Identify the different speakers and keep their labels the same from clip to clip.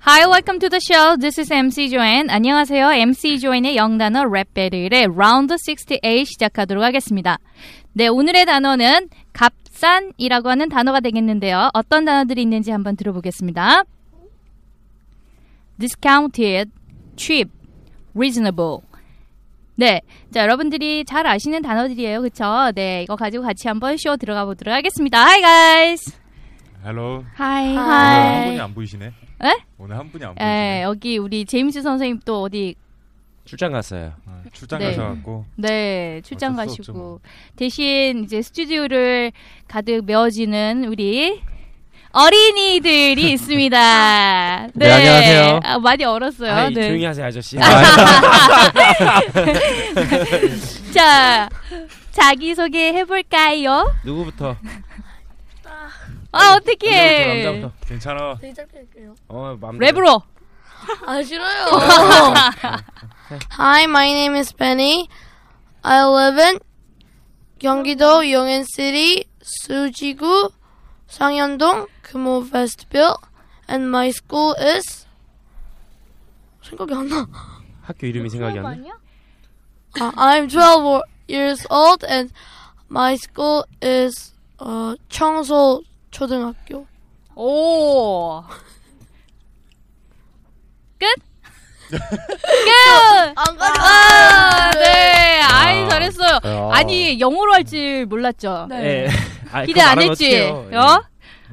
Speaker 1: Hi, welcome to the show. This is MC Joanne. 안녕하세요. MC Joanne의 영단어 랩 배틀의 라운드 68 시작하도록 하겠습니다. 네, 오늘의 단어는 값산이라고 하는 단어가 되겠는데요. 어떤 단어들이 있는지 한번 들어보겠습니다. discounted, cheap, reasonable. 네, 자 여러분들이 잘 아시는 단어들이에요, 그렇죠? 네, 이거 가지고 같이 한번 쇼 들어가 보도록 하겠습니다. Hi guys.
Speaker 2: 헬로.
Speaker 1: Hi.
Speaker 2: 오늘 한 분이 안 보이시네.
Speaker 1: 네. 에?
Speaker 2: 오늘 한 분이 안
Speaker 1: 예,
Speaker 2: 보이시네.
Speaker 1: 여기 우리 제임스 선생님 또 어디
Speaker 3: 출장 갔어요.
Speaker 2: 아, 출장
Speaker 1: 네.
Speaker 2: 가셔갖고
Speaker 1: 네 출장
Speaker 2: 어쩔 수 없죠,
Speaker 1: 가시고
Speaker 2: 뭐.
Speaker 1: 대신 이제 스튜디오를 가득 메워지는 우리 어린이들이 있습니다. 네,
Speaker 3: 안녕하세요.
Speaker 1: 아, 많이 얼었어요.
Speaker 3: 아이,
Speaker 1: 네.
Speaker 3: 조용히 하세요, 아저씨.
Speaker 1: 자 자기 소개 해볼까요?
Speaker 3: 누구부터?
Speaker 1: 아
Speaker 3: 남자부터,
Speaker 1: 어떻게?
Speaker 3: 남자부터.
Speaker 2: 괜찮아.
Speaker 4: 되게 짧게 할게요.
Speaker 3: 어, 맘대로.
Speaker 1: 랩으로.
Speaker 4: 아 싫어요. Hi, my name is Penny. I live in 경기도 용인시티 수지구 상현동 금호 페스티벌 and my school is 생각이 안 나.
Speaker 3: 학교
Speaker 4: 네,
Speaker 3: 이름이 생각이 안 나.
Speaker 4: 아, I'm 12 wo- years old and my school is 어, 청소 초등학교.
Speaker 1: 오. 끝. 끝.
Speaker 4: 안
Speaker 1: 아, 네. 아이
Speaker 3: 아.
Speaker 1: 잘했어요.
Speaker 3: 어.
Speaker 1: 아니 영어로 할 줄 몰랐죠.
Speaker 5: 네.
Speaker 3: 예. 아,
Speaker 1: 기대
Speaker 3: 그거
Speaker 1: 안
Speaker 3: 말하면
Speaker 1: 했지.
Speaker 3: 어떡해요.
Speaker 1: 어?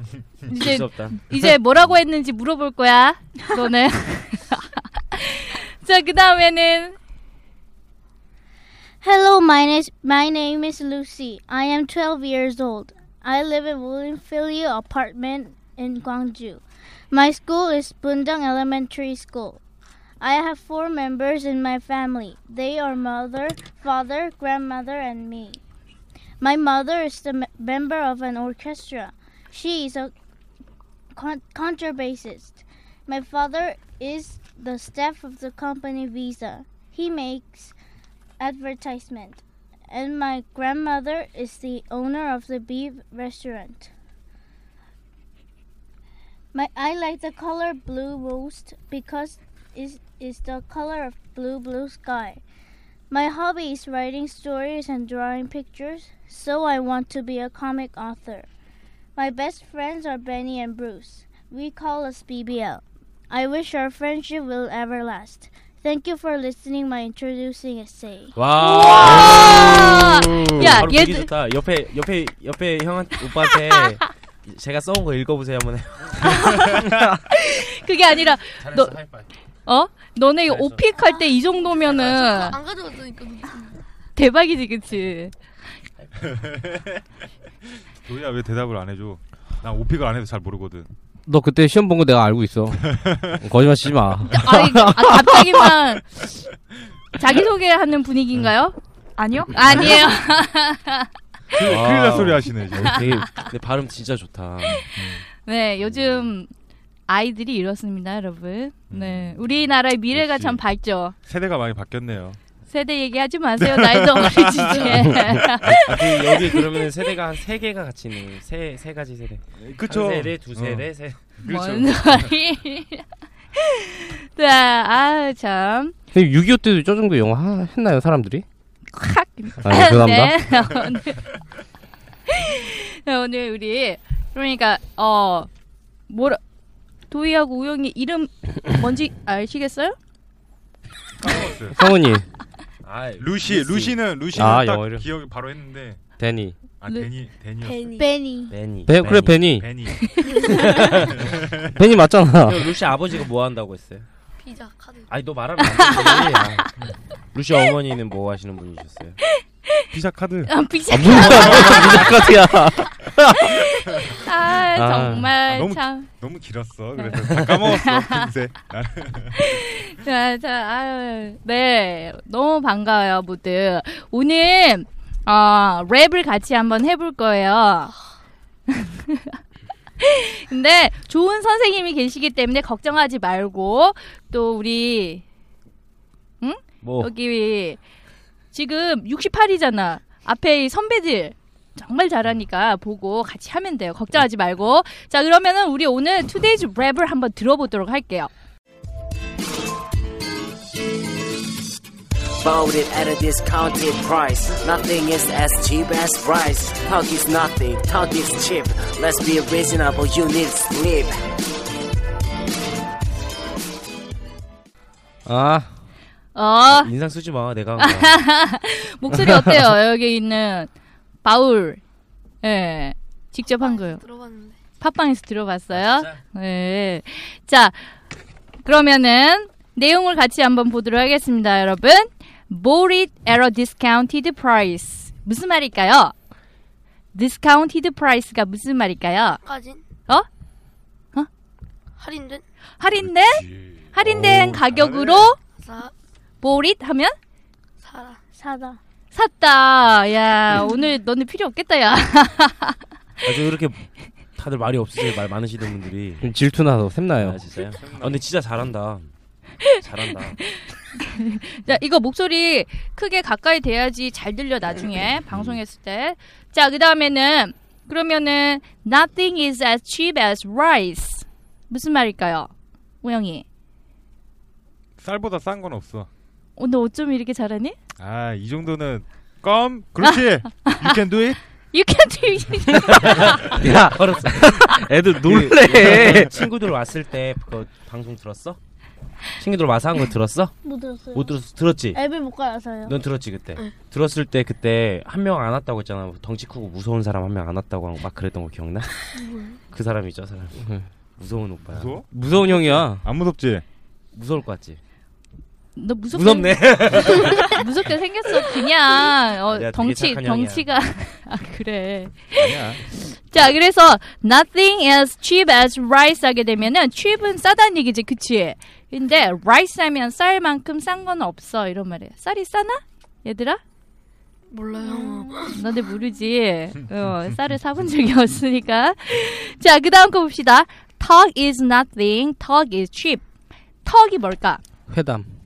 Speaker 3: 예.
Speaker 1: 이제
Speaker 3: 수 없다.
Speaker 1: 이제 뭐라고 했는지 물어볼 거야. 너는. 자, 그다음에는
Speaker 6: Hello, my, nis- my name is Lucy. I am 12 years old. I live in Wulinfilia apartment in Gwangju. My school is Bundang Elementary School. I have four members in my family. They are mother, father, grandmother, and me. My mother is the me- member of an orchestra. She is a con- contrabassist. My father is the staff of the company Visa. He makes advertisement. And my grandmother is the owner of the beef restaurant. My I like the color blue most because it is the color of blue blue sky. My hobby is writing stories and drawing pictures, so I want to be a comic author. My best friends are Benny and Bruce. We call us BBL. I wish our friendship will ever last. Thank you for listening my introducing essay.
Speaker 1: 아,
Speaker 3: 와.
Speaker 1: 야,
Speaker 3: 바로 보기
Speaker 1: 얘들-
Speaker 3: 어, 좋다. 옆에 옆에 옆에 형 오빠한테 제가 써온 거 읽어보세요 한번. 해.
Speaker 1: 그게 아니라 너-
Speaker 2: 하이파이.
Speaker 1: 어? 너네
Speaker 3: 잘했어.
Speaker 1: 오픽 할 때 이 정도면은
Speaker 4: 네. 안 가져왔으니까.
Speaker 1: 아, 대박이지, 그치?
Speaker 2: 도희야 왜 대답을 안 해줘? 난 오픽을 안 해도 잘 모르거든.
Speaker 3: 너 그때 시험 본 거 내가 알고 있어. 거짓말 치지 마.
Speaker 1: 아니, 아, 갑자기만 자기소개하는 분위기인가요?
Speaker 5: 아니요
Speaker 1: 아니에요.
Speaker 2: 큰일
Speaker 3: 아.
Speaker 2: 날 소리 하시네 지금.
Speaker 3: 되게 근데 발음 진짜 좋다.
Speaker 1: 네, 요즘 아이들이 이렇습니다, 여러분. 네.
Speaker 7: 음.
Speaker 1: 우리나라의 미래가
Speaker 2: 역시.
Speaker 1: 참 밝죠.
Speaker 2: 세대가 많이 바뀌었네요.
Speaker 1: 세대 얘기하지 마세요. 나이도 어리지게.
Speaker 7: 그렇죠.
Speaker 3: 아, 그 여기 그러면 세대가 한 세 개가 같이 있는 거예요. 세세 가지 세대.
Speaker 8: 네,
Speaker 3: 한 세대,
Speaker 2: 어.
Speaker 3: 두 세대, 세.
Speaker 1: 뭔
Speaker 7: 그렇죠.
Speaker 1: 소리. 자, 아, 참.
Speaker 7: 근데 6.25 때도 저 정도 영화 하- 했나요, 사람들이?
Speaker 1: 콱.
Speaker 7: 아, 죄송합니다.
Speaker 1: 네. 오늘- 네, 오늘 우리, 그러니까, 어, 뭐라 도희하고 우영이 이름 뭔지 아시겠어요?
Speaker 2: 까먹었어요.
Speaker 7: 성훈이,
Speaker 3: 아,
Speaker 2: 루시 루시는 그 루시는
Speaker 7: 아,
Speaker 2: 딱
Speaker 7: 영어를.
Speaker 2: 기억이 바로 했는데
Speaker 7: 데니.
Speaker 2: 아
Speaker 1: 루-
Speaker 2: 데니 데니였어.
Speaker 4: 베니.
Speaker 6: Benny.
Speaker 3: 베니.
Speaker 7: 베, 그래 베니.
Speaker 2: 베니.
Speaker 7: 베니 맞잖아.
Speaker 3: 형, 루시 아버지가 뭐 한다고 했어요?
Speaker 4: 피자 카드.
Speaker 3: 아니 너 말하면 안 되지. 아. 루시 어머니는 뭐 하시는 분이셨어요?
Speaker 2: 비자 카드.
Speaker 1: 아, 빅사.
Speaker 7: 아 뭐야 무작가지야.
Speaker 1: 아,
Speaker 7: 아,
Speaker 1: 정말
Speaker 2: 아, 너무
Speaker 1: 참.
Speaker 2: 너무 길었어. 그래서 다 까먹었어. 금세. 나는
Speaker 1: 아, 자, 자, 아유, 네, 너무 반가워요 모두. 오늘 어, 랩을 같이 한번 해볼 거예요. 근데 좋은 선생님이 계시기 때문에 걱정하지 말고 또 우리
Speaker 2: 어.
Speaker 3: 뭐
Speaker 4: 어,
Speaker 1: 여기 지금 68이잖아. 앞에 이 선배들 정말 잘하니까 보고 같이 하면 돼요. 걱정하지 말고. 자, 그러면은 우리 오늘 투데이즈 랩을 한번 들어보도록 할게요.
Speaker 9: Bought it at a discounted price. Nothing is as cheap as price. Talk is nothing, talk is cheap. Let's be reasonable, you need sleep.
Speaker 3: 아
Speaker 1: 어,
Speaker 3: 인상 쓰지 마. 내가 한 거야.
Speaker 1: 목소리 어때요? 여기 있는 바울. 예. 직접 한 거요.
Speaker 4: 들어봤는데.
Speaker 1: 팟빵에서 들어봤어요. 네. 자, 그러면은 내용을 같이 한번 보도록 하겠습니다, 여러분. Bought it at a discounted price. 무슨 말일까요? discounted price가 무슨 말일까요?
Speaker 4: 까진?
Speaker 1: 어? 어?
Speaker 4: 할인된?
Speaker 1: 할인된 할인된
Speaker 2: 오,
Speaker 1: 가격으로
Speaker 4: 사
Speaker 1: bought it 하면
Speaker 4: 사라.
Speaker 6: 사다.
Speaker 1: 샀다. 야, 오늘 너는 필요 없겠다, 야.
Speaker 3: 아주 이렇게 다들 말이 없으세요. 말 많으시던 분들이.
Speaker 7: 좀 질투나서 샘나요.
Speaker 3: 아 진짜요? 아, 근데 진짜 잘한다. 잘한다.
Speaker 1: 자, 이거 목소리 크게 가까이 대야지 잘 들려
Speaker 3: 음.
Speaker 1: 나중에 방송했을 때. 자, 그다음에는 그러면은 nothing is as cheap as rice. 무슨 말일까요? 우영이.
Speaker 2: 쌀보다 싼 건 없어.
Speaker 1: 어, 너 어쩜 이렇게 잘하니?
Speaker 2: 아 이 정도는 껌. 그렇지. You can do it.
Speaker 1: You can do it.
Speaker 7: 야
Speaker 3: 걸었어. 그
Speaker 7: 애들 놀래.
Speaker 3: 친구들 왔을 때 그거 방송 들었어? 친구들 와서 한 거 들었어?
Speaker 6: 못뭐 들었어요.
Speaker 3: 못뭐 들었어. 들었지. 네.
Speaker 6: 앱을 못 깔아서요.
Speaker 3: 넌 들었지 그때. 들었을 때 그때 한 명 안 왔다고 했잖아. 뭐 덩치 크고 무서운 사람 한 명 안 왔다고 하고 막 그랬던 거 기억나? 그 사람이죠, 사람. 무서운 오빠야.
Speaker 2: 무서워?
Speaker 7: 무서운 형이야.
Speaker 2: 안 무섭지?
Speaker 3: 무서울 것 같지.
Speaker 1: 너 무섭게
Speaker 3: 무섭네.
Speaker 1: 무섭게 생겼어. 그냥 어,
Speaker 3: 되게
Speaker 1: 덩치
Speaker 3: 착한 형이야.
Speaker 1: 덩치가 아 그래.
Speaker 2: 아니야.
Speaker 1: 자, 그래서 nothing as cheap as rice 하게 되면은 cheap은 싸다는 얘기지, 그치? 근데 rice 하면 쌀만큼 싼 건 없어 이런 말이야. 쌀이 싸나? 얘들아?
Speaker 4: 몰라요.
Speaker 1: 너네 모르지. 어, 쌀을 사본 적이 없으니까. 자, 그 다음 거 봅시다. Talk is nothing, talk is cheap. 턱이 뭘까?
Speaker 7: 회담.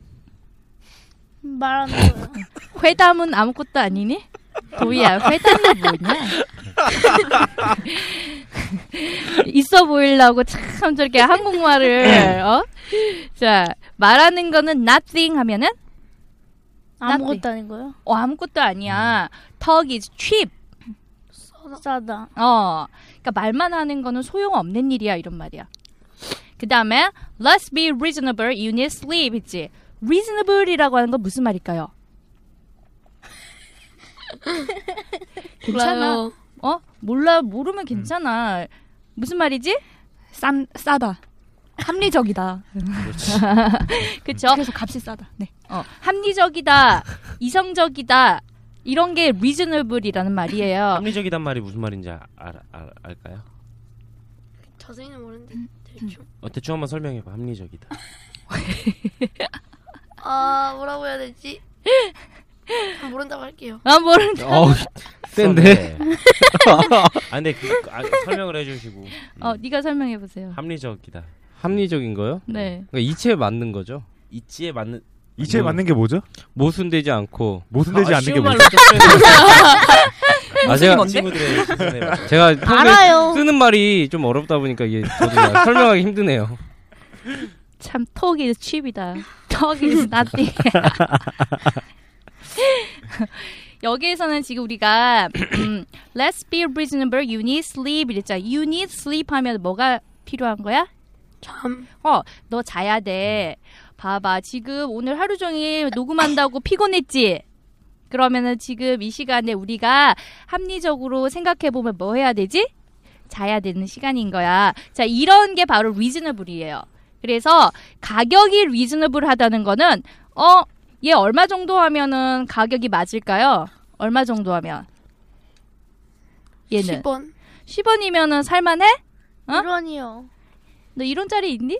Speaker 6: 말안 들어요.
Speaker 1: 회담은 아무것도 아니니? 도희야, 회담은 뭐냐? 있어 보이려고 참 저렇게 한국말을, 어? 자, 말하는 거는 nothing 하면은,
Speaker 6: 아무것도 아닌 거예요.
Speaker 1: 어, 아무것도 아니야. Talk is cheap.
Speaker 6: 싸다.
Speaker 1: 어. 그러니까 말만 하는 거는 소용없는 일이야, 이런 말이야. 그 다음에, let's be reasonable, you need sleep, 있지. reasonable이라고 하는 건 무슨 말일까요? 괜찮아.
Speaker 4: 몰라요.
Speaker 1: 어? 몰라 모르면 괜찮아. 무슨 말이지?
Speaker 10: 싼 싸다. 합리적이다.
Speaker 1: 그쵸?
Speaker 10: 그래서 값이 싸다. 네.
Speaker 1: 어, 합리적이다, 이성적이다 이런 게 reasonable이라는 말이에요.
Speaker 3: 아. 합리적이단 말이 무슨 말인지 알, 알, 알, 알까요?
Speaker 4: 자세히는 모르는데 대충.
Speaker 3: 어, 대충 한번 설명해 봐. 합리적이다.
Speaker 4: 아 뭐라고 해야 되지? 모른다고 할게요.
Speaker 1: 아 모른다.
Speaker 7: 어우 센데.
Speaker 3: 네. 아 근데 그, 그, 아, 설명을 해 주시고.
Speaker 1: 어, 네가 설명해 보세요.
Speaker 3: 합리적이다.
Speaker 7: 합리적인 거요?
Speaker 1: 네.
Speaker 7: 그러니까 이치에 맞는 거죠.
Speaker 3: 이치에 맞는
Speaker 2: 이체에
Speaker 7: 음.
Speaker 2: 맞는 게 뭐죠?
Speaker 7: 모순되지 않고.
Speaker 2: 모순되지
Speaker 3: 아,
Speaker 2: 않는 게
Speaker 3: 쉬운
Speaker 2: 뭐죠?
Speaker 3: 말로 쳤어요.
Speaker 7: 아 제가
Speaker 10: 뭔데?
Speaker 3: 친구들의 시선에 맞춰.
Speaker 7: 제가 평소에
Speaker 6: 알아요.
Speaker 7: 쓰는 말이 좀 어렵다 보니까 이게 저도 설명하기 힘드네요.
Speaker 1: 참 talk is cheap이다. talk is nothing. 여기에서는 지금 우리가 음, let's be reasonable, you need sleep 이랬잖아. you need sleep 하면 뭐가 필요한 거야?
Speaker 4: 잠.
Speaker 1: 어, 너 자야 돼. 봐봐, 지금 오늘 하루 종일 녹음한다고 피곤했지? 그러면은 지금 이 시간에 우리가 합리적으로 생각해보면 뭐 해야 되지? 자야 되는 시간인 거야. 자, 이런 게 바로 리즈너블이에요. 그래서 가격이 리즈너블하다는 거는, 어, 얘 얼마 정도 하면은 가격이 맞을까요? 얼마 정도 하면? 얘는?
Speaker 4: 10원.
Speaker 1: 10원이면은 살만해? 어?
Speaker 6: 1원이요.
Speaker 1: 너 1원짜리 있니?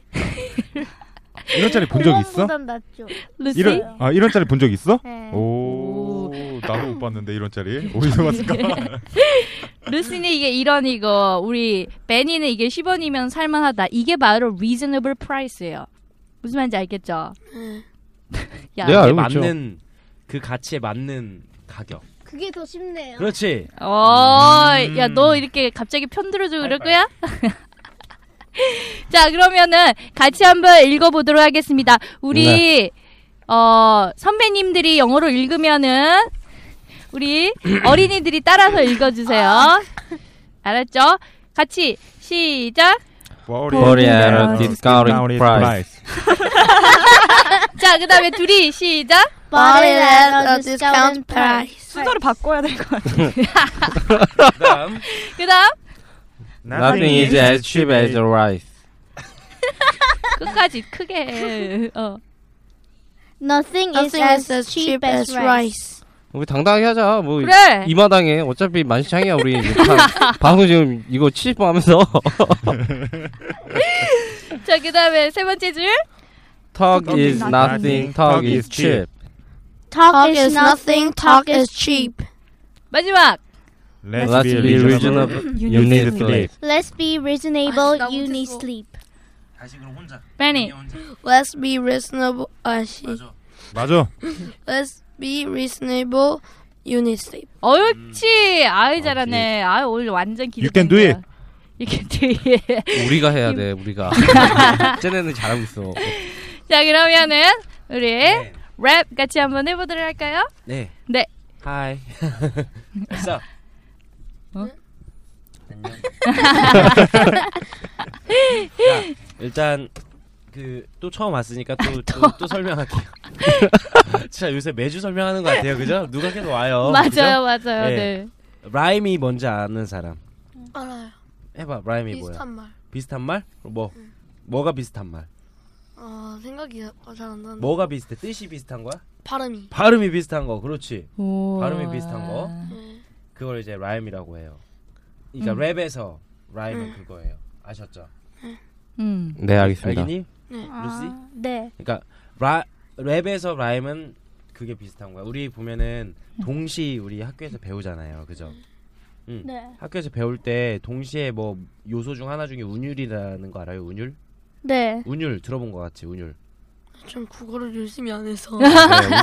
Speaker 2: 이런 짜리 본 적 있어?
Speaker 6: 보단 낫죠.
Speaker 1: 루시?
Speaker 2: 이런 아 이런 짜리 본 적 있어?
Speaker 6: 네.
Speaker 2: 오, 나도 못 봤는데 이런 짜리 어디서 봤을까?
Speaker 1: 루시는 이게 1원이고 우리 베니는 이게 10원이면 살만하다. 이게 바로 reasonable price예요. 무슨 말인지 알겠죠? 야,
Speaker 7: 네, 알고 있죠.
Speaker 3: 맞는 그 가치에 맞는 가격.
Speaker 6: 그게 더 쉽네요.
Speaker 3: 그렇지.
Speaker 1: 어, 야, 너 이렇게 갑자기 편들어줘 그럴 거야? 자, 그러면은 같이 한번 읽어보도록 하겠습니다. 우리 어 선배님들이 영어로 읽으면은 우리 어린이들이 따라서 읽어주세요. 알았죠? 같이 시작.
Speaker 7: Korea discounting price.
Speaker 1: 자, 그다음에 둘이 시작.
Speaker 6: Bought it at a discount price.
Speaker 10: 순서를 바꿔야 될 것 같아.
Speaker 7: 그다음
Speaker 1: 그다음
Speaker 7: Nothing is as cheap as rice.
Speaker 1: 끝까지 크게. 해. 어.
Speaker 6: Nothing,
Speaker 4: Nothing is
Speaker 6: is, as cheap as, rice.
Speaker 7: 우리 당당하게 하자. 뭐
Speaker 1: 그래.
Speaker 7: 이 마당에 어차피 만시창이야 우리 이제 방- 방송 지금 이거 취집하면서
Speaker 1: 자, 그다음에 세 번째 줄.
Speaker 7: talk is nothing, talk is cheap.
Speaker 6: Talk,
Speaker 4: Talk
Speaker 6: is
Speaker 4: is nothing, talk is cheap.
Speaker 1: 마지막.
Speaker 7: Let's be reasonable. You need sleep.
Speaker 6: Let's be reasonable. you need sleep.
Speaker 1: 베니.
Speaker 4: Let's be reasonable. 아, 씨.
Speaker 2: 맞아.
Speaker 4: Let's be reasonable. You need sleep.
Speaker 3: 음.
Speaker 1: 어유치. 아이 잘하네. 아, 오늘 완전 기대.
Speaker 2: You can do it.
Speaker 1: 이렇게 뒤에.
Speaker 7: 우리가 해야 돼 우리가. 쟤네는 잘하고 있어. 네.
Speaker 1: 자, 그러면은 우리 랩 같이 한번 해보도록 할까요?
Speaker 3: 네.
Speaker 1: 네.
Speaker 3: 하이. 자.
Speaker 1: 어?
Speaker 3: 야, 일단 그 또 처음 왔으니까
Speaker 1: 아,
Speaker 3: 또 또 설명할게요. 진짜 요새 매주 설명하는 것 같아요, 어, 그죠? 누가 계속 와요.
Speaker 1: 맞아요, 맞아요.
Speaker 3: 예.
Speaker 1: 네.
Speaker 3: 그죠? 라임이 뭔지 아는 사람
Speaker 4: 알아요.
Speaker 3: 해봐. 라임이 뭐야?
Speaker 4: 비슷한 말.
Speaker 3: 비슷한 말? 뭐 뭐가 비슷한 말?
Speaker 4: 어, 생각이 잘 안 나는데.
Speaker 3: 뭐가 비슷해? 뜻이 비슷한 거야?
Speaker 4: 발음이.
Speaker 3: 발음이 비슷한 거, 그렇지.
Speaker 1: 오.
Speaker 3: 발음이 비슷한 거.
Speaker 4: 네.
Speaker 3: 그걸 이제 라임이라고 해요. 그러니까 랩에서 라임은 그거예요. 아셨죠?
Speaker 1: 음.
Speaker 7: 네 알겠습니다.
Speaker 3: 알겠니?
Speaker 4: 네.
Speaker 3: 루시?
Speaker 6: 네.
Speaker 3: 그러니까 라, 랩에서 라임은 그게 비슷한 거야. 우리 보면은 동시 우리 학교에서 배우잖아요. 그죠? 응.
Speaker 6: 네.
Speaker 3: 학교에서 배울 때 동시에 뭐 요소 중 하나 중에 운율이라는 거 알아요? 운율?
Speaker 6: 네.
Speaker 3: 운율 들어본 것 같지? 운율.
Speaker 4: 좀 국어를 열심히 안 해서.
Speaker 3: 네,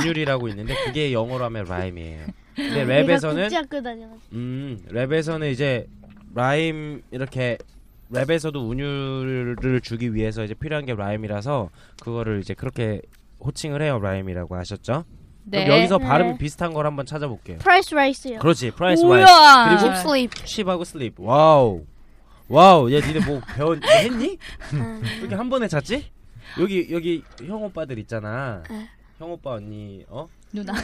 Speaker 3: 운율이라고 있는데 그게 영어로 하면 라임이에요.
Speaker 6: 아,
Speaker 3: 근데
Speaker 6: 내가 국제
Speaker 3: 랩에서는
Speaker 6: 학교 다녀가지고.
Speaker 3: 음, 랩에서는 이제 라임 이렇게 랩에서도 운율을 주기 위해서 이제 필요한 게 라임이라서 그거를 이제 그렇게 호칭을 해요 라임이라고 아셨죠?
Speaker 1: 네.
Speaker 3: 그럼 여기서
Speaker 6: 네.
Speaker 3: 발음이 비슷한 걸 한번 찾아볼게요.
Speaker 6: Price rice요.
Speaker 3: 그렇지, 프라이스
Speaker 1: 뭐야?
Speaker 3: 라임. 그리고
Speaker 1: 네.
Speaker 4: Cheap sleep.
Speaker 3: 쉽하고 슬립. 와우, 와우, 얘 니네 뭐 배웠 뭐 했니? 이렇게 한 번에 찾지? 여기 여기 형 오빠들 있잖아. 형 오빠 언니 어
Speaker 1: 누나.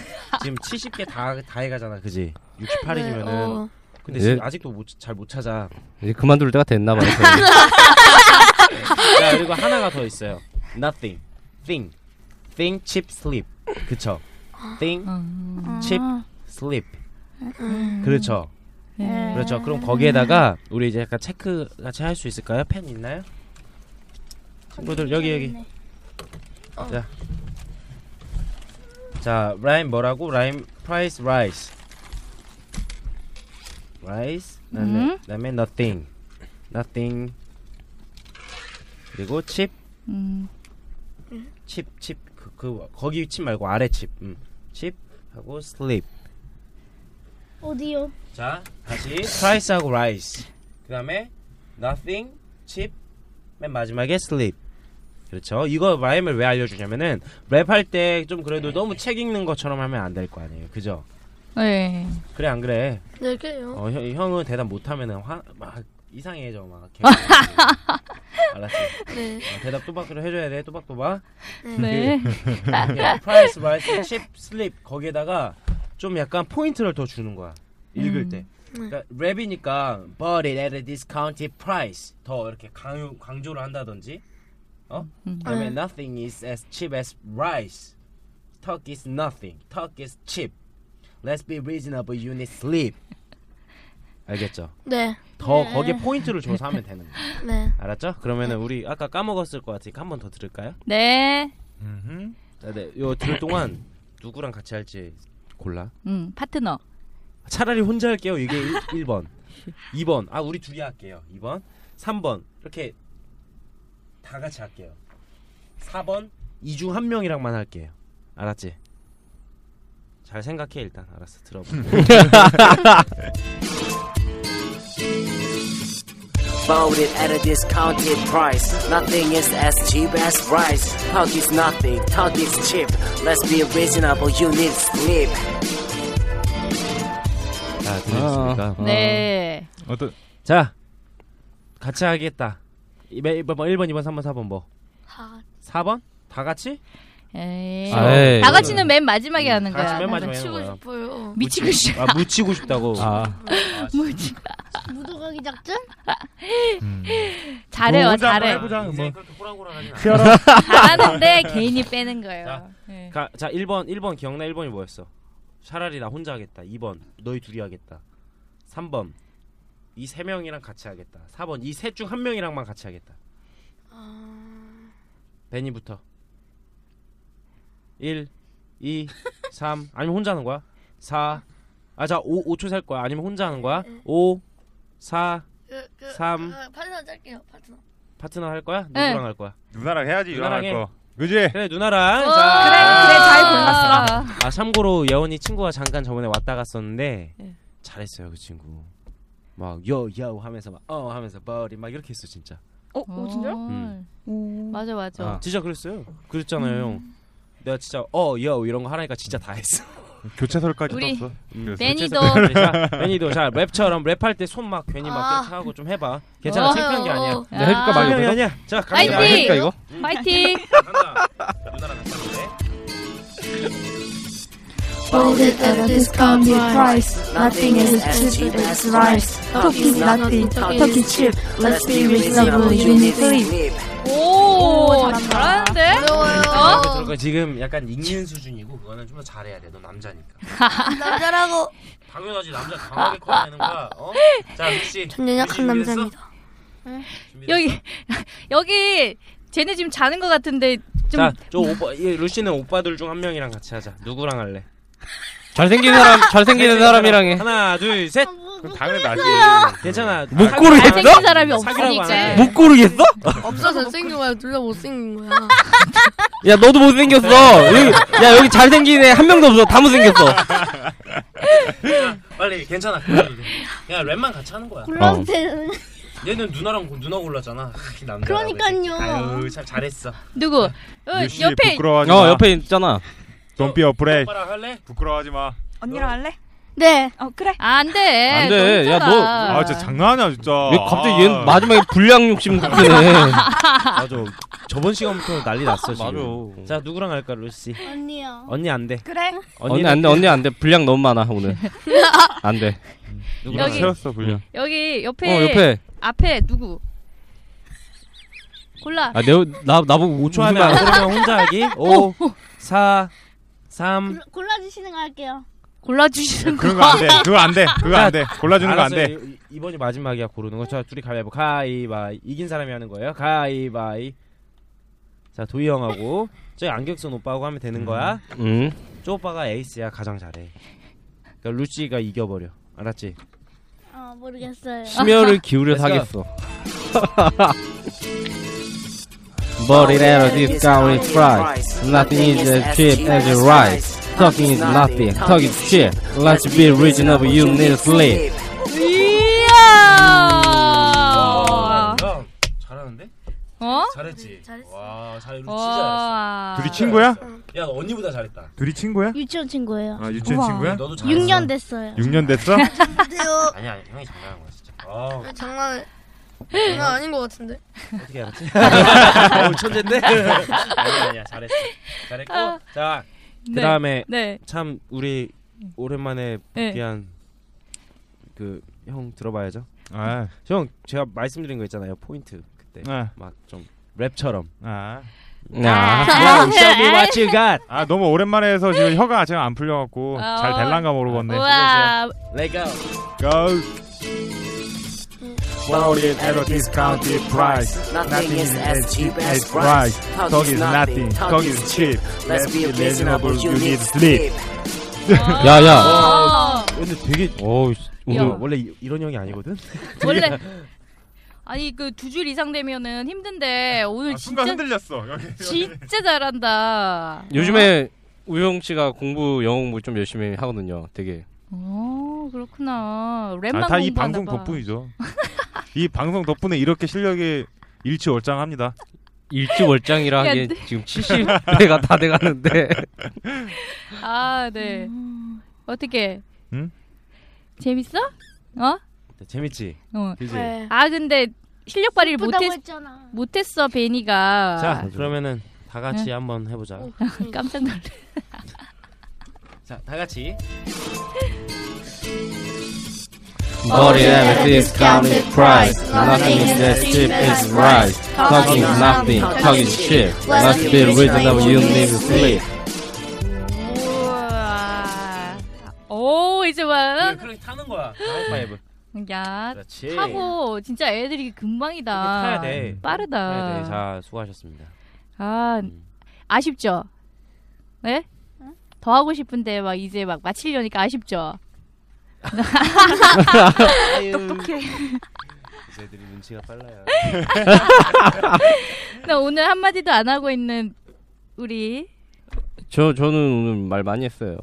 Speaker 3: 지금 70개 다 다 해가잖아, 그지? 68일이면은
Speaker 1: 네.
Speaker 4: 어,
Speaker 3: 근데
Speaker 7: 예.
Speaker 3: 지금 아직도 잘 못 찾아.
Speaker 7: 이제 그만둘 때가 됐나 봐요.
Speaker 3: 야, 그리고 하나가 더 있어요. Nothing, thing, thing, chip, sleep. 그쵸? Thing, chip,
Speaker 6: 아,
Speaker 3: sleep. 그렇죠.
Speaker 1: 네.
Speaker 3: 그렇죠. 그럼 거기에다가 우리 이제 약간 체크 같이 할 수 있을까요? 펜 있나요? 친구들 그렇죠. 여기 여기.
Speaker 6: 네.
Speaker 3: 자, 자 라임 뭐라고? 라임 price rice. rice. 그다음에
Speaker 1: 음.
Speaker 3: 그다음에 nothing, nothing. 그리고 칩,
Speaker 1: 음.
Speaker 3: 칩, 칩. 그, 그 거기 칩 말고 아래 칩. 음. 칩 하고 sleep.
Speaker 6: 어디요?
Speaker 3: 자 다시 price하고 rice 그다음에 nothing, chip 맨 마지막에 sleep 그렇죠 이거 라임을 왜 알려주냐면은 랩할 때 좀 그래도 너무 책 읽는 것처럼 하면 안 될 거 아니에요 그죠
Speaker 1: 네.
Speaker 3: 그래 안 그래
Speaker 4: 네, 낼게요.
Speaker 3: 어, 형, 형은 대답 못하면은 화 막 이상해져 막 알았어.
Speaker 4: 네.
Speaker 3: 어, 대답 또박으로 해줘야 돼. 또박또박.
Speaker 1: 네.
Speaker 3: 예,
Speaker 4: 예.
Speaker 3: 프라이스 라이스 칩 슬립 거기에다가 좀 약간 포인트를 더 주는 거야. 읽을
Speaker 11: 음.
Speaker 3: 때.
Speaker 4: 네.
Speaker 3: 그러니까 랩이니까 but it at a discounted price 더 이렇게 강요, 강조를 한다든지. 어?
Speaker 4: 아.
Speaker 3: 그다음에
Speaker 4: 네.
Speaker 11: 음.
Speaker 3: nothing is as cheap as rice. Talk is nothing. Talk is cheap. Let's be reasonable. You need sleep. 알겠죠?
Speaker 4: 네.
Speaker 3: 더
Speaker 4: 네.
Speaker 3: 거기에 포인트를 줘서 하면 되는 거야.
Speaker 4: 네.
Speaker 3: 알았죠? 그러면은 우리 아까 까먹었을 것 같으니까 한 번 더 들을까요?
Speaker 1: 네.
Speaker 3: 자, 네. 요 들을 동안 누구랑 같이 할지 골라.
Speaker 1: 음, 파트너.
Speaker 3: 차라리 혼자 할게요. 이게 1, 번 2번. 아, 우리 둘이 할게요. 2번. 3번. 이렇게 다 같이 할게요. 4번. 이 중 한 명이랑만 할게요. 알았지? 잘 생각해 일단. 알았어. 들어봐.
Speaker 9: Bought it at a discounted price. Nothing is as cheap as rice. Talk is nothing. Talk is cheap. Let's be reasonable. You need sleep.
Speaker 3: 자, 들으셨습니까?
Speaker 1: 아, 아. 네.
Speaker 2: 어떤
Speaker 3: 자. 같이 하겠다. 1번, 1번, 2번, 3번, 4번 뭐?
Speaker 4: 아,
Speaker 3: 4번? 다 같이?
Speaker 1: 에이.
Speaker 3: 에이.
Speaker 1: 다 같이는 맨 마지막에 하는
Speaker 3: 음, 다 같이
Speaker 1: 거야.
Speaker 4: 네.
Speaker 3: 맨 마지막에 하는 거야.
Speaker 1: 미치고 싶어.
Speaker 3: 아, 묻히고 싶다고.
Speaker 1: 무지가.
Speaker 6: 무더가기 작전?
Speaker 1: 잘해요,
Speaker 3: 뭐,
Speaker 1: 잘해.
Speaker 3: 해보자, 해보자, 뭐.
Speaker 1: 그럼. 잘하는데 개인이 빼는 거예요. 네.
Speaker 3: 가, 자, 1번, 1번 기억나? 1번이 뭐였어? 차라리 나 혼자 하겠다. 2번, 너희 둘이 하겠다. 3번, 이 세 명이랑 같이 하겠다. 4번, 이 셋 중 한 명이랑만 같이 하겠다.
Speaker 4: 어.
Speaker 3: 베니부터. 1, 2, 3. 아니면 혼자 하는 거야? 4. 아, 자, 5, 5초 셀 거야. 아니면 혼자 하는 거야? 5, 4,
Speaker 4: 그, 그,
Speaker 3: 3.
Speaker 4: 그, 파트너 짤게요. 파트너.
Speaker 3: 파트너 할 거야?
Speaker 4: 네.
Speaker 3: 누구랑 할 거야?
Speaker 2: 그 누나랑 해야지, 누나랑
Speaker 3: 해.
Speaker 2: 할 거. 그지?
Speaker 3: 그래 누나랑
Speaker 4: 어, 그래, 그래, 잘 골랐어.
Speaker 3: 아 참고로 예원이 친구가 잠깐 저번에 왔다 갔었는데
Speaker 1: 예.
Speaker 3: 잘했어요 그 친구 막 요요 하면서 막 어 하면서 버리 막 이렇게 했어 진짜
Speaker 10: 어, 어 진짜요?
Speaker 3: 음.
Speaker 1: 맞아, 맞아.
Speaker 3: 아, 진짜 그랬어요 그랬잖아요
Speaker 1: 음.
Speaker 3: 내가 진짜 어요 이런 거 하라니까 진짜 다 했어
Speaker 2: 교차설까지
Speaker 1: 우리
Speaker 2: 떴어.
Speaker 3: 음,
Speaker 1: 매니도.
Speaker 3: 교체선 자, 매니도 자 랩처럼 랩할 때 손 막 괜히 막
Speaker 1: 아.
Speaker 3: 이렇게 하고 좀 해봐 괜찮아
Speaker 1: 어.
Speaker 3: 창피한 게 아니야
Speaker 1: 네, 해볼까, 막
Speaker 3: 창피한 게
Speaker 1: 이거?
Speaker 3: 아니야 자
Speaker 1: 파이팅!
Speaker 3: 갑니다 해볼까, 이거?
Speaker 1: 파이팅!
Speaker 11: Sold it at a discounted price. Nothing is as cheap as rice. Turkey is nothing. Turkey cheap. Let's be reasonable. You need sleep.
Speaker 1: 오, 잘하는데? 어?
Speaker 3: 아, 그러니까 지금 약간 읽는 수준이고 그거는 좀 더 잘해야 돼. 너 남자니까.
Speaker 4: 남자라고.
Speaker 3: 당연하지 남자 강하게 커야 되는 거야. 어? 자 루시.
Speaker 4: 전 연약한 남자입니다.
Speaker 1: 여기, 여기, 쟤네 지금 자는 것 같은데, 좀.
Speaker 3: 자저 오빠 이 루시는 오빠들 중 한 명이랑 같이 하자. 누구랑 할래?
Speaker 7: 잘생긴 사람, 잘생긴 사람이랑 해.
Speaker 3: 하나 둘 셋.
Speaker 2: 그럼 당연히 나지.
Speaker 3: 괜찮아.
Speaker 7: 못
Speaker 3: 사귀-
Speaker 7: 고르겠어?
Speaker 3: 사귀라고
Speaker 1: 사람이
Speaker 3: 안 하지.
Speaker 1: 없으니까.
Speaker 7: 못 고르겠어?
Speaker 4: 없어 잘생긴 거야. 둘 다 못생긴 거야.
Speaker 7: 야, 너도 못생겼어. 여기, 야, 여기 잘생긴 애 한 명도 없어. 다 못생겼어.
Speaker 3: 야, 빨리 괜찮아. 야 랩만 같이 하는 거야.
Speaker 6: 굴렁대는
Speaker 3: 얘는 누나랑 고- 누나 골랐잖아. 남자.
Speaker 6: 그러니까요.
Speaker 3: 아유 참 잘했어.
Speaker 1: 누구? 어,
Speaker 2: 유씨
Speaker 1: 옆에.
Speaker 2: 부끄러워하지
Speaker 7: 어,
Speaker 2: 마.
Speaker 7: 옆에 있잖아.
Speaker 2: Don't be afraid.
Speaker 3: 오빠랑 할래?
Speaker 2: 부끄러워하지 마.
Speaker 10: 언니랑 할래?
Speaker 6: 네.
Speaker 10: 어 그래.
Speaker 1: 안 돼.
Speaker 7: 안 돼. 야, 너-
Speaker 2: 아, 진짜 장난하냐 진짜.
Speaker 8: 아.
Speaker 2: 아.
Speaker 7: 왜 갑자기 얘 마지막에 불량 욕심 생기네.
Speaker 3: 맞아. 저번 시간부터 난리 났어 지금.
Speaker 7: 맞아.
Speaker 3: 자 누구랑 할까 루시?
Speaker 6: 언니요.
Speaker 3: 언니 안 돼.
Speaker 10: 그래.
Speaker 7: 언니 안 돼, 언니 안 돼. 분량 너무 많아, 오늘. 안 돼.
Speaker 3: 누구랑
Speaker 1: 여기.
Speaker 3: 할래?
Speaker 2: 채웠어 불량.
Speaker 1: 여기, 옆에.
Speaker 7: 어, 옆에.
Speaker 1: 앞에, 누구? 골라.
Speaker 7: 아, 내, 나, 나보고
Speaker 3: 5초
Speaker 7: 5초
Speaker 3: 안에
Speaker 7: 하면
Speaker 3: 안
Speaker 7: 안
Speaker 3: 그러면 혼자 하기. 5,
Speaker 11: 음.
Speaker 3: 4, 3.
Speaker 6: 골라주시는 거 할게요.
Speaker 1: 골라주시는
Speaker 2: 그런 거 안 돼. 그거 안 돼. 그거 안 돼. 골라주는 거 안 돼.
Speaker 3: 이번이 마지막이야 고르는 거. 자 둘이 가위바위보. 가위바위. 이긴 사람이 하는 거예요. 가위바위. 자 도희 형하고 저기 안격선 오빠하고 하면 되는 거야.
Speaker 2: 음.
Speaker 7: 응.
Speaker 3: 쪼 오빠가 에이스야 가장 잘해. 그러니까 루시가 이겨버려. 알았지?
Speaker 6: 어 모르겠어요.
Speaker 11: 아,
Speaker 7: 심혈을 기울여
Speaker 3: Let's
Speaker 7: 사겠어. But it at a discounted price. Nothing is as cheap as rice. Talking is nothing. Talk is cheap. Let's be reasonable. You need sleep.
Speaker 1: 이야!
Speaker 3: 어, 형 잘하는데?
Speaker 1: 어?
Speaker 2: 아,
Speaker 3: 네, 잘했지. 잘했어. 와 잘해. 루시
Speaker 1: 와.
Speaker 2: 둘이 친구야?
Speaker 3: 야 언니보다 잘했다.
Speaker 2: 둘이 친구야?
Speaker 6: 유치원 친구예요.
Speaker 2: 아 유치원
Speaker 6: 우와.
Speaker 2: 친구야?
Speaker 3: 너도 잘했어.
Speaker 6: 6년 됐어요.
Speaker 2: 6년 됐어?
Speaker 4: 근데요.
Speaker 3: 아니 아니 형이 장난한 거야 진짜. 아
Speaker 4: 장난 장난 아닌 것 같은데.
Speaker 3: 어떻게 알았지? 어, 천재인데? 아니야, 아니야. 잘했어. 잘했고.
Speaker 4: 아.
Speaker 3: 자,
Speaker 1: 네,
Speaker 3: 그 다음에
Speaker 1: 네.
Speaker 3: 참 우리 오랜만에
Speaker 1: 네.
Speaker 3: 복귀한 그 형 들어봐야죠.
Speaker 2: 아.
Speaker 3: 형 제가 말씀드린 거 있잖아요. 포인트 그때
Speaker 2: 아.
Speaker 3: 막 좀 랩처럼.
Speaker 2: 아.
Speaker 3: 아. Yo, show me what you got.
Speaker 2: 아 너무 오랜만에 해서 지금 혀가 아직 안 풀려갖고
Speaker 1: 어.
Speaker 2: 잘 될란가 모르겠네. 어.
Speaker 1: 우와.
Speaker 3: Let go.
Speaker 2: Go.
Speaker 9: Bought it at a discounted price. Nothing is as cheap as price. Talk is nothing. Talk is cheap. Let's be reasonable. You need sleep.
Speaker 7: 야야.
Speaker 3: 어, 근데 되게
Speaker 7: 오,
Speaker 3: 오늘
Speaker 1: 야.
Speaker 3: 원래 이- 이런 형이 아니거든.
Speaker 1: 원래 아니 그 두 줄 이상 되면은 힘든데 오늘 진짜
Speaker 2: 아, 순간 흔들렸어. 여기.
Speaker 1: 진짜 잘한다.
Speaker 7: 요즘에 우영 씨가 공부 영어 공부 좀 열심히 하거든요. 되게.
Speaker 1: 어 그렇구나. 랩만
Speaker 2: 아, 다 이
Speaker 1: 공부하나
Speaker 2: 방송
Speaker 1: 봐.
Speaker 2: 덕분이죠. 이 방송 덕분에 이렇게 실력이 일치월장합니다.
Speaker 7: 일주월장이라
Speaker 1: 야,
Speaker 7: 하기엔
Speaker 1: 네.
Speaker 7: 지금 70대가 다 돼가는데
Speaker 1: 아 네.
Speaker 2: 음.
Speaker 1: 어떻게?
Speaker 2: 응?
Speaker 1: 재밌어? 어?
Speaker 3: 재밌지.
Speaker 1: 어.
Speaker 3: 그지.
Speaker 4: 네.
Speaker 1: 아 근데 실력 발휘를
Speaker 6: 예쁘다고
Speaker 1: 못했
Speaker 6: 했잖아.
Speaker 1: 못했어 베니가.
Speaker 3: 자, 그러면은 다 같이
Speaker 1: 네.
Speaker 3: 한번 해보자.
Speaker 4: 그러니까
Speaker 1: 깜짝 놀래.
Speaker 3: 자, 다 같이.
Speaker 7: Bought it at a discounted price. Nothing is as cheap as rice. Talking is nothing. Talk is cheap. Let's be reasonable. You need sleep.
Speaker 1: 우와. 오 이제 봐.
Speaker 3: 아, 그렇게 타는 거야. 파이브.
Speaker 1: 야
Speaker 3: 그렇지.
Speaker 1: 타고 진짜 애들이 금방이다.
Speaker 3: 예. 타야 돼.
Speaker 1: 빠르다.
Speaker 3: 타야 돼. 자, 수고하셨습니다.
Speaker 1: 아 아쉽죠. 네? 더 하고 싶은데 막 이제 막 마치려니까 아쉽죠.
Speaker 3: 똑똑해. 이제 애들이 눈치가 빨라요.
Speaker 1: 나 오늘 한 마디도 안 하고 있는 우리
Speaker 7: 저 저는 오늘 말 많이 했어요.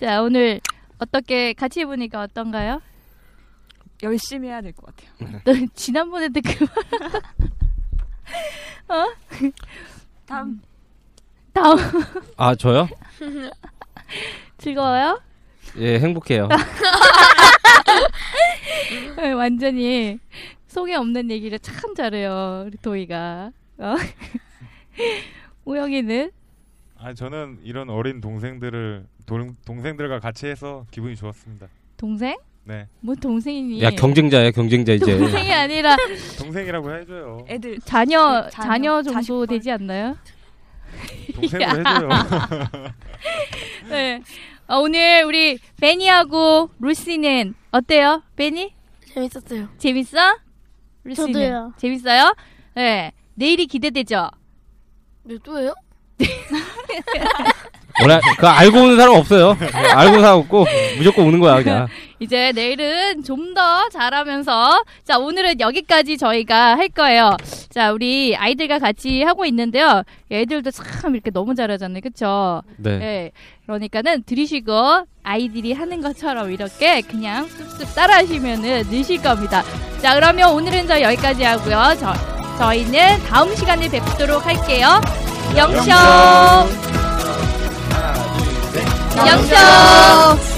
Speaker 1: 자 오늘 어떻게 같이 해보니까 어떤가요?
Speaker 10: 열심히 해야 될 것 같아요.
Speaker 1: 너 지난번에도 그 말- 어?
Speaker 10: 다음.
Speaker 1: 다음
Speaker 7: 아 저요?
Speaker 1: 즐거워요?
Speaker 7: 예 행복해요.
Speaker 1: 네, 완전히 속에 없는 얘기를 참 잘해요 우리 도희가. 어? 우영이는
Speaker 2: 아 저는 이런 어린 동생들을 동, 동생들과 같이 해서 기분이 좋았습니다.
Speaker 1: 동생?
Speaker 2: 네.
Speaker 1: 뭐 동생이니?
Speaker 7: 야 경쟁자야 경쟁자 이제.
Speaker 1: 동생이 아니라
Speaker 2: 동생이라고 해줘요.
Speaker 10: 애들
Speaker 1: 자녀
Speaker 10: 네,
Speaker 1: 자녀 정도
Speaker 10: 자식뻘.
Speaker 1: 되지 않나요?
Speaker 2: 동생으로
Speaker 1: 야.
Speaker 2: 해줘요.
Speaker 1: 네. 어, 오늘 우리 베니하고 루시는 어때요? 베니?
Speaker 4: 재밌었어요.
Speaker 1: 재밌어? 루시는
Speaker 6: 저도요.
Speaker 1: 재밌어요? 네. 내일이 기대되죠.
Speaker 4: 몇 도예요?
Speaker 7: 원래 그 알고 오는 사람 없어요. 알고 오는 사람 없고 무조건 오는 거야 그냥.
Speaker 1: 이제 내일은 좀 더 잘하면서 자 오늘은 여기까지 저희가 할 거예요. 자 우리 아이들과 같이 하고 있는데요. 애들도 참 이렇게 너무 잘하잖아요, 그렇죠?
Speaker 7: 네.
Speaker 1: 그러니까는 들으시고 아이들이 하는 것처럼 이렇게 그냥 쑥쑥 따라하시면은 느실 겁니다. 자 그러면 오늘은 저 여기까지 하고요. 저 저희는 다음 시간에 뵙도록 할게요. 영쇼. 영쇼.